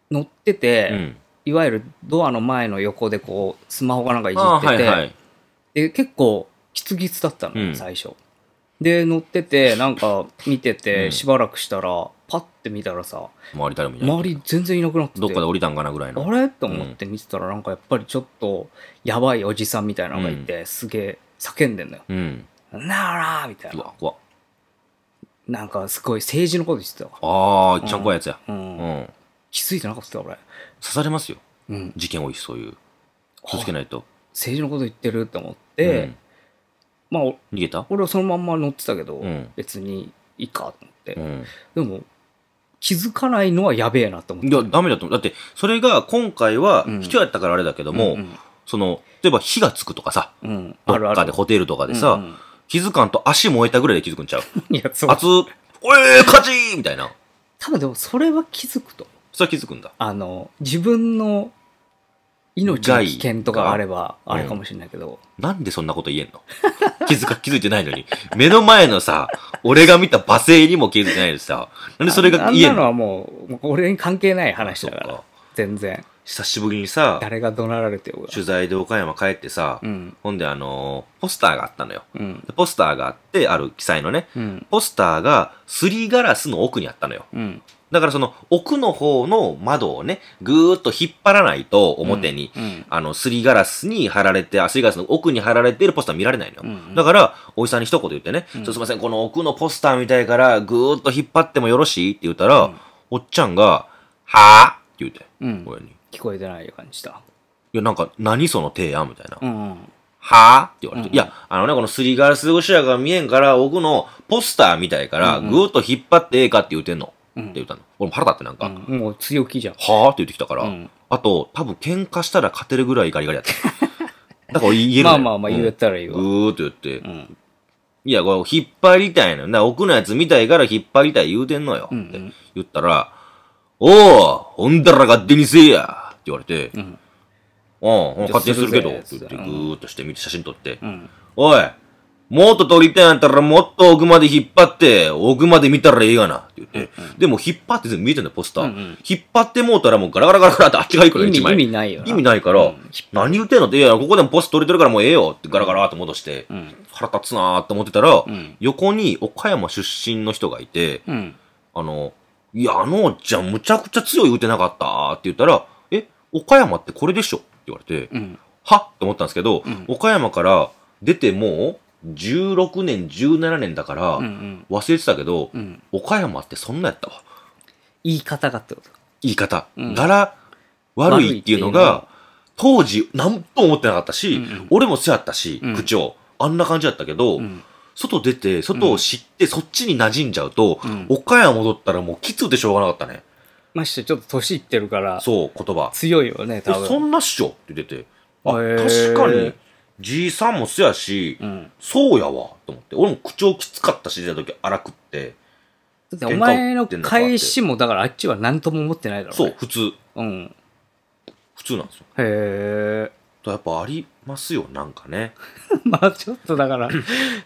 乗ってて、
うん。
いわゆるドアの前の横でこう、スマホがなんかいじ
ああ
っ
は
て
い
て、
はい。
で、結構、キツキツだったの、
うん
最初。で、乗ってて、なんか見て
う
て、
ん
しばらくしたら、パッて見たらさ、
周り誰もいない。
周り全然いなくなってて、
どっかで降りたんかなぐらいの。
あれと思って見てたら、なんかやっぱりちょっと、やばいおじさんみたいなのがいて、すげえ叫んでんのよ。
うん。
なあらーみたいうな。
わ、怖っ
なんかすごい政治のこと言ってたわ。
ああ、いっちゃん怖いやつや。
う。
うんん。
気づいてなかった、俺。
刺されますよ。
うん。
事件多いし、そういう。気をつけ
政
ないと。
治のこと言ってると思って、まあ、
うん、逃げた
俺はそのまんま乗ってたけど、
うん
別にいいかと思って
う、ん。
でも気づかないのはやべえなと思っ
い
て
や、ダメだと思う。だって、それが今回は
う、ん
人やったからあれだけども、
うん
その、例えば火がつくとかさ、
うん、うん
ど
ある
っ
あ
か
る
でホテルとかでさ、
うんうん
気づかんと足燃えたぐらいで気づくんちゃう。
いやそう
熱っ、おえー、カチーみたいな。
多分でもそれは気づくと
それは気づくんだ。
あの自分の命の危険とかあれば
害
あ
が
れかもしれないけど、
なんでそんなこと言え んの気づか、気づいてないのに。目の前のさ、俺が見た罵声にも気づいてないでさ、なんでそれが
あんな
言えん
の
の
はもう俺に関係ない話だから
そうか
全然
久しぶりにさ、
誰が怒鳴られてようが
取材で岡山帰ってさ、
うん
ほんであのーポスターがあったのよ。
うん
でポスターがあって、ある記載のね、
うん
ポスターがすりガラスの奥にあったのよ。
うん
だからその奥の方の窓をね、ぐーっと引っ張らないと表に、
うん
あの、すりガラスに貼られて、あ、すりガラスの奥に貼られているポスター見られないのよ。
うんうん
だから、おじさんに一言言ってね、ちょっとすいません、この奥のポスターみたいから、ぐーっと引っ張ってもよろしいって言ったら、おっちゃんが、はぁって言うて、
うん
親に。い
聞こえてない感じだ
や、なんか、何その提案みたいな。
うんうん
はぁって言わ
う
れて、
んうん
いや、あのね、このすりガラス越しやから見えんから、奥のポスターみたいから、ぐーっと引っ張ってええかって言うてんの。
うん
って言ったの。俺も腹立ってなんか、
うんもう強気じゃん
はぁって言ってきたから、
うん
あと、多分喧嘩したら勝てるぐらいガリガリやった。だから言え
ま
るのよ
あまあまあ
うん
言えたらいい
ぐ
わ、
ーっと言って、
ん
いや、これ引っ張りたいのよ。な奥のやつ見たいから引っ張りたい言うてんのよ。
んうん
って言ったら、おおほんだら勝手にせえやって言われて、うんん、うん、勝手にするけど、
じゃ
っ
あ
て
す
言
るぜ
って、ぐ
うん
ーっとしてみて写真撮って、
うん
おい、もっと撮りたいんやったらもっと奥まで引っ張って、奥まで見たらええがな、って言って。でも引っ張って全部見えてんだよ、ポスター。
うんうん
引っ張ってもうたらもうガラガラガラガラってあっちが行くのよ、
意味
一枚。
意味ないよな
意味ないから、
うん
何言ってんのって、いや、ここでもポスト取れてるからもうええよってガラガラって戻して、
ん
腹立つなーって思ってたら、
ん
横に岡山出身の人がいて、
うん
あの、いや、あのおっちゃんむちゃくちゃ強い打てなかったーって言ったら、え、岡山ってこれでしょって言われて、
うん
はっって思ったんですけど、岡山から出てもう16年、17年だから、
うんうん
忘れてたけど、
うん
岡山ってそんなやったわ。
言い方がってこと
言い方。
うん
柄悪いっていうの
悪いって
が、当時何とも思ってなかったし、
うんうん
俺もそうやったし、
うん
口調。あんな感じだったけど、
うん
外出て、外を知って、そっちに馴染んじゃうと、
うん
岡山戻ったらもうきつでしょうがなかったね。
ましてちょっと年いってるから
そう、言葉。
強いよね
え
多分
そんなっしょって出て。あ、
へー
確かに、じいさんもそうやし、
うん
そうやわ、と思って。俺も口調きつかったし、出た時荒くって。
だってお前の返しもだからあっちは何とも思ってないだろ
そう
ね、
普通。
うん
普通なんですよ。
へえ
とやっぱありますよ、なんかね。
まあちょっとだから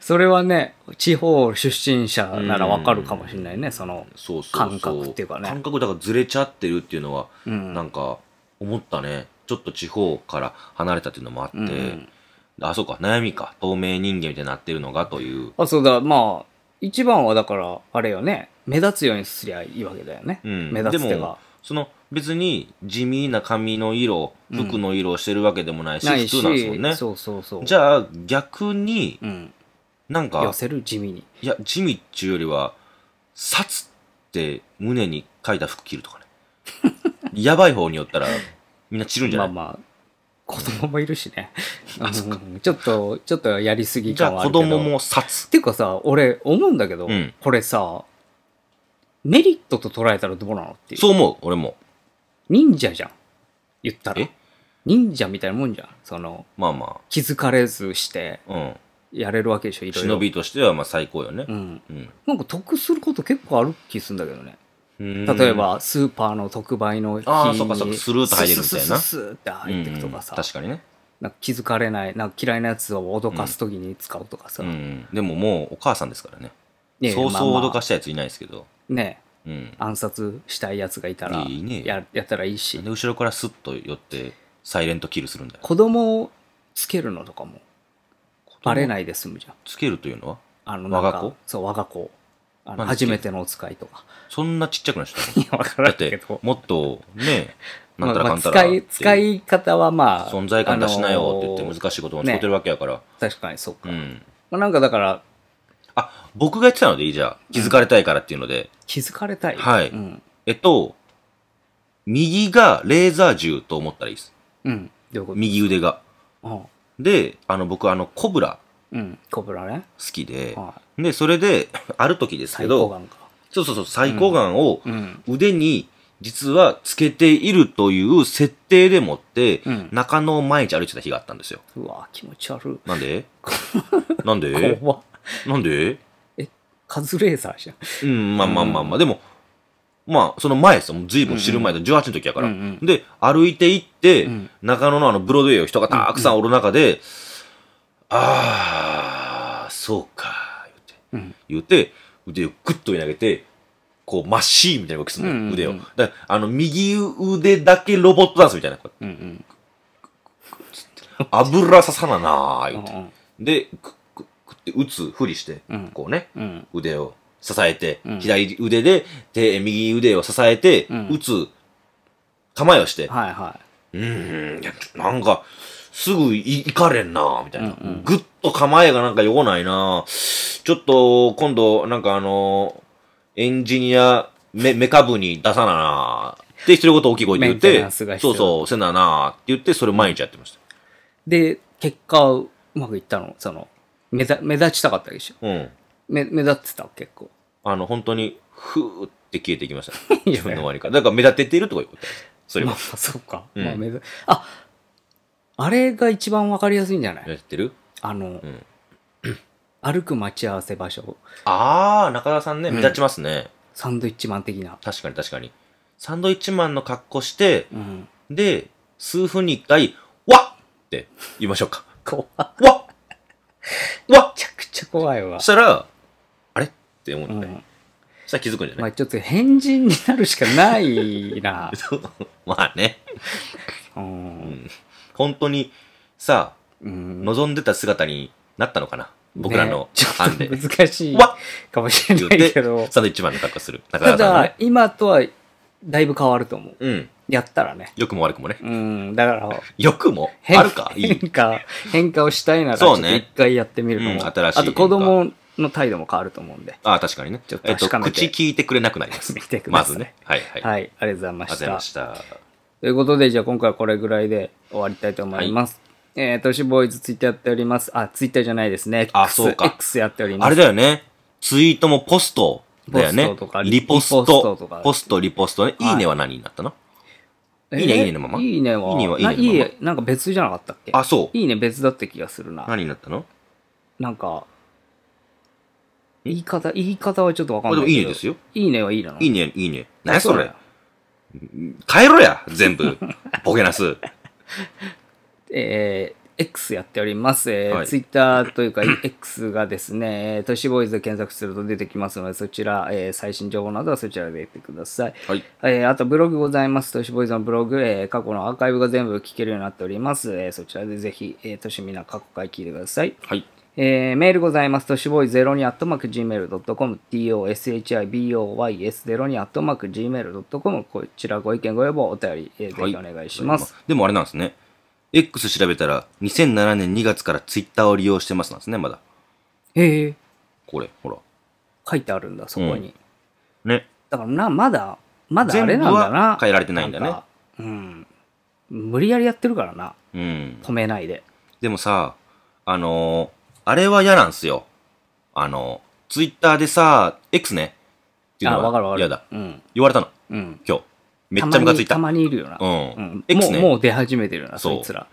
それはね地方出身者ならわかるかもしれないねその
そうそうそう
感覚っていうかね
感覚だからずれちゃってるっていうのは、
うん
なんか思ったねちょっと地方から離れたっていうのもあって、
うんうん
あそうか悩みか透明人間みたいになってるのがという
あそうだまあ一番はだからあれよね目立つようにすりゃいいわけだよね、
うん
目立つ手
でも
が
その別に地味な髪の色
うん
服の色をしてるわけでもないし、
ない
普
し
通なんですもんね
そうそうそう
じゃあ逆に
うん、
なん
寄
か
せる地味に
いや地味っちゅうよりは「札」って胸に書いた服着るとか ねやばい方によったらみんな散るんじ
ま
ゃな
あ
い、
まあ子供もいるしねうんちょっとちょっとやりすぎ
じゃ
感は
あ
ある
子
けど
供も札
っていうかさ俺思うんだけど、
うん
これさメリットと捉えたらどうなのっていう
そう思う、俺も。
忍者じゃん言ったら
え
忍者みたいなもんじゃんその
まあま
気づかれずして
あ、うん。
やれるわけでしょいろいろ
忍びとしてはまあ最高よね
う。ん
うん。
なんか得すること結構ある気するんだけどね
うん
例え、ばスーパーの特売の日に
あーそっかそっかスルーッと入れるみたいな
ススススーって入ってくとかさ、
うん確かにね。
なんか気づかれないなんか嫌いなやつを脅かす時に使うとかさ、
うん。でももうお母さんですからね。
いやいや
そうそう
まあま
脅
あ
かしたやついないですけど。
ね
うん。
暗殺したいやつがいたら
いやいねえよ
ややったらいいし
で、後ろからスッと寄って、サイレントキルするんだよ。
子供をつけるのとかもバレないで済むじゃん
つけるというのは
あのなんか
我が子
そう我が子あの
何つ
初
ける
めてのお使いと か
そんなちっちゃくない人
いやわか
だ
ら
っ
んけ
て
ど、
もっと、 ね、なんた
ま
ら
あ
か
ま
ん
あ使
たらってい。
いう使い方はまあ
存在感出しなよって言
あ
っ
の
て
ー
難しいことも使ってるわけやから。
確かにそうか、
うん。
まあ、なんかだから
あ、僕がやってたのでいいじゃあ。気づかれたいからっていうので。
気づかれたい
はい
うん、
えっと、右がレーザー銃と思ったらいいです。
うん、どういうこと
右腕が。
あ
で、あの、僕、あの、コブラ
うんコブラね
好きで、
は
で、それで、ある時で
い
すけ
最高
ど、
眼か
そうそうそう、最高眼を
うん
腕に実はつけているという設定でもって、
うん
中野を毎日歩いてた日があったんですよ。
うわ気持ち悪
なん でなん
い、
で
怖っ
なんで
カズレーザーじゃん
うん、まあまあまあまあ、でも、まあ、その前ですよ。もう随分知る前だ。18の時やから。
うんう
で、歩いて行って、
うん
中野のあの、ブロードウェイを人がたくさんおる中で、あー、そうか、言って、言って、腕をグッと投げて、こう、マシーンみたいな動きするのよ、
うんうんうん
腕を。だからあの、右腕だけロボットダンス みたいな。こう
うんうん
油ささななー、言
う
っ
ん
て。で、グッグッグッって打つふりして
うん、
こうね、
うん
腕を支えて、
うん
左腕で、手右腕を支えて、
うん
打つ構えをして、
はいは
うーん、いやなんか、すぐい行かれんなみたいな
うんうん。
ぐっと構えがなんかよこないなちょっと、今度、なんかあの、エンジニア、メ、メカ部に出さななって一人ごと大きい声で言
メン
っ
テナ
て
ンスが、必
そ
要
うそう、せななって言って、それ毎日やってました。
い。で、結果、うまくいったのその、目立目立ちたかったでしょ
うん。
目目立ってた結構。
あの、本当に、ふーって消えていきました、ね。
いや
自分の終わりから。だから目立てているとかいうことです。それ
まあ
は
ま。あ、そうか。
うん
まあ、目立あ、あれが一番わかりやすいんじゃない
やってる
あの、
うん
歩く待ち合わせ場所、
あー、中田さんね、
うん
目立ちますね。
サンドイッチマン的な。
確かに確かに。サンドイッチマンの格好して、
うん。
で、数分に一回、わっって言いましょうか。
怖め
わっわ
ちゃくちゃ怖いわ
っし。たら、あれって思う
う
のね。
ん。
そしたら気づくんじゃ
ま
ない、
あちょっと変人になるしかないな。
まあね。
う。
うんん。本当に、さ
うん
望んでた姿になったのかな僕ら
ね
の
ちょっと
案で。
難しい
わ
かもしれ
言っ
ない
て、
けど。
サンドイッチマンの格好する。中
た
田さんの
だ
ね。、
今とはだいぶ変わると思う。
うん。
やったらね。
良くも悪くもね。
うん。だから、
良くも
変
あるかいい。
変化、変化をしたいなら、ちょっ
そう
と
ね
一回やってみるのも。
うん新しい
あと子供の態度も変わると思うんで。
ああ、確かにね。
ちょっと
えっと、
確かめて
口聞いてくれなくなります
見。てくだ
ま
さい。
ずね。はいはい。ありがとう
はい、ありがとうございま
ご
し
ざい
た
ま。した。
ということで、じゃあ今回はこれぐらいで終わりたいと思います。えー、都市ボーイズツイッターやっております。あ、ツイッターじゃないですね。
あ
X
そうか
X やっております。
あれだよね。ツイートもポストだよ
ポ
ね
ストとか。
リポス
リポスト
ト
とか。
ポスト、リポストね。
はい
いいねは何になったの
え
いいねいいねのまま
いいねは。
いいねはいいねの
な
まま
いいねなんか別じゃなかったっけ
あ、そう。
いいね別だった気がするな。
何になったの
なんか、言い方、言い方はちょっとわかん
あ
な
で
いけ
も
ど。
いいねですよ。
いいねはいいなの
いい
ね。
ね、いいね。何やそれ。変えろや全部。 ボケナス。
えー X やっております。えー
はい
ツイッターというか X がですね、えー都市ボーイズで検索すると出てきますので、そちら、えー最新情報などはそちらで出てください。
はい。
えーあとブログございます。都市ボーイズのブログ、えー過去のアーカイブが全部聞けるようになっております。えーそちらでぜひ、えー、都市みんな過去回聞いてください。
はい。
えーメールございます。としぼい02アットマーク Gmail.com、toshiboys02 アットマーク Gmail.com、こちらご意見ご要望お便り、えー
はい
ぜひお願いします。。
でもあれなんですね。X 調べたら、2007年2月からツイッターを利用してますなんですね、まだ。
えー
これ、ほら。
書いてあるんだ、そこに。
うね。
だからな、まだ、まだあれなんだ
全部
な
は。変えられてないんだね
かうん。無理やりやってるからな、
うん。
止めないで。
でもさ、あのーあれは嫌なんすよ。あのー、ツイッターでさ、X ね。っていう
あ、わかるわ
のは
かる。
嫌だ。
うん。
言われたの、
うん。
今日。めっちゃムカついた。
たまにたまにいるよな。
うん
うん、も
X
う、
ね
もう出始めてるよな、
そ
そういつら。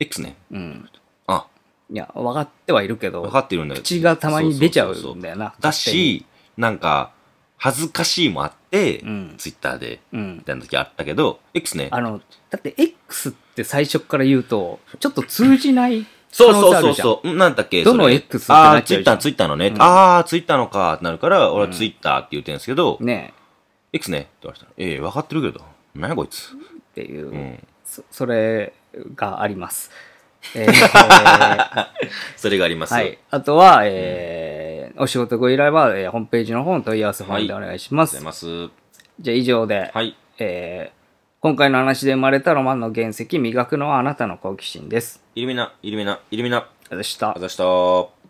X ね。
うん。
あ、
いや、分かってはいるけど
分、かってるんだけど
口がたまに出ちゃう
そそ
ん
そ
だよな。
だ
勝手に、
し、なんか、恥ずかしいもあって、
うん
ツイッターで、
うん
み。たいな時あったけど、X ね。
あの、だって X って最初から言うと、ちょっと通じない可
そう
能性
そ
あ
うそ
る
う
じゃん。
そう。うんなんだっけ
どの
それ
X ってなっ
あー
ち
ツ
ゃ
イ
うじゃ
ッ
ん
ター、ツイッターのね。
ん
あー、ツイッターのかってなるから、俺はツイッターって言ってるんですけど、
ね
X ねって言われたら、ええ分かってるけど、なんやこいつ。
えっていう、
うん。
そ、それがあります。 えー
それがあります。
はい。あとは、えーお仕事ご依頼は、えーホームページの方の問い合わせフォームでお願いしま
あ
す。
りがとうござい
じゃあ以上で、
ます。はい。
えー今回の話で生まれたロマンの原石、磨くのはあなたの好奇心です。
イルミナ、イルミナ、イルミナ、ありがとう
でした
ございました。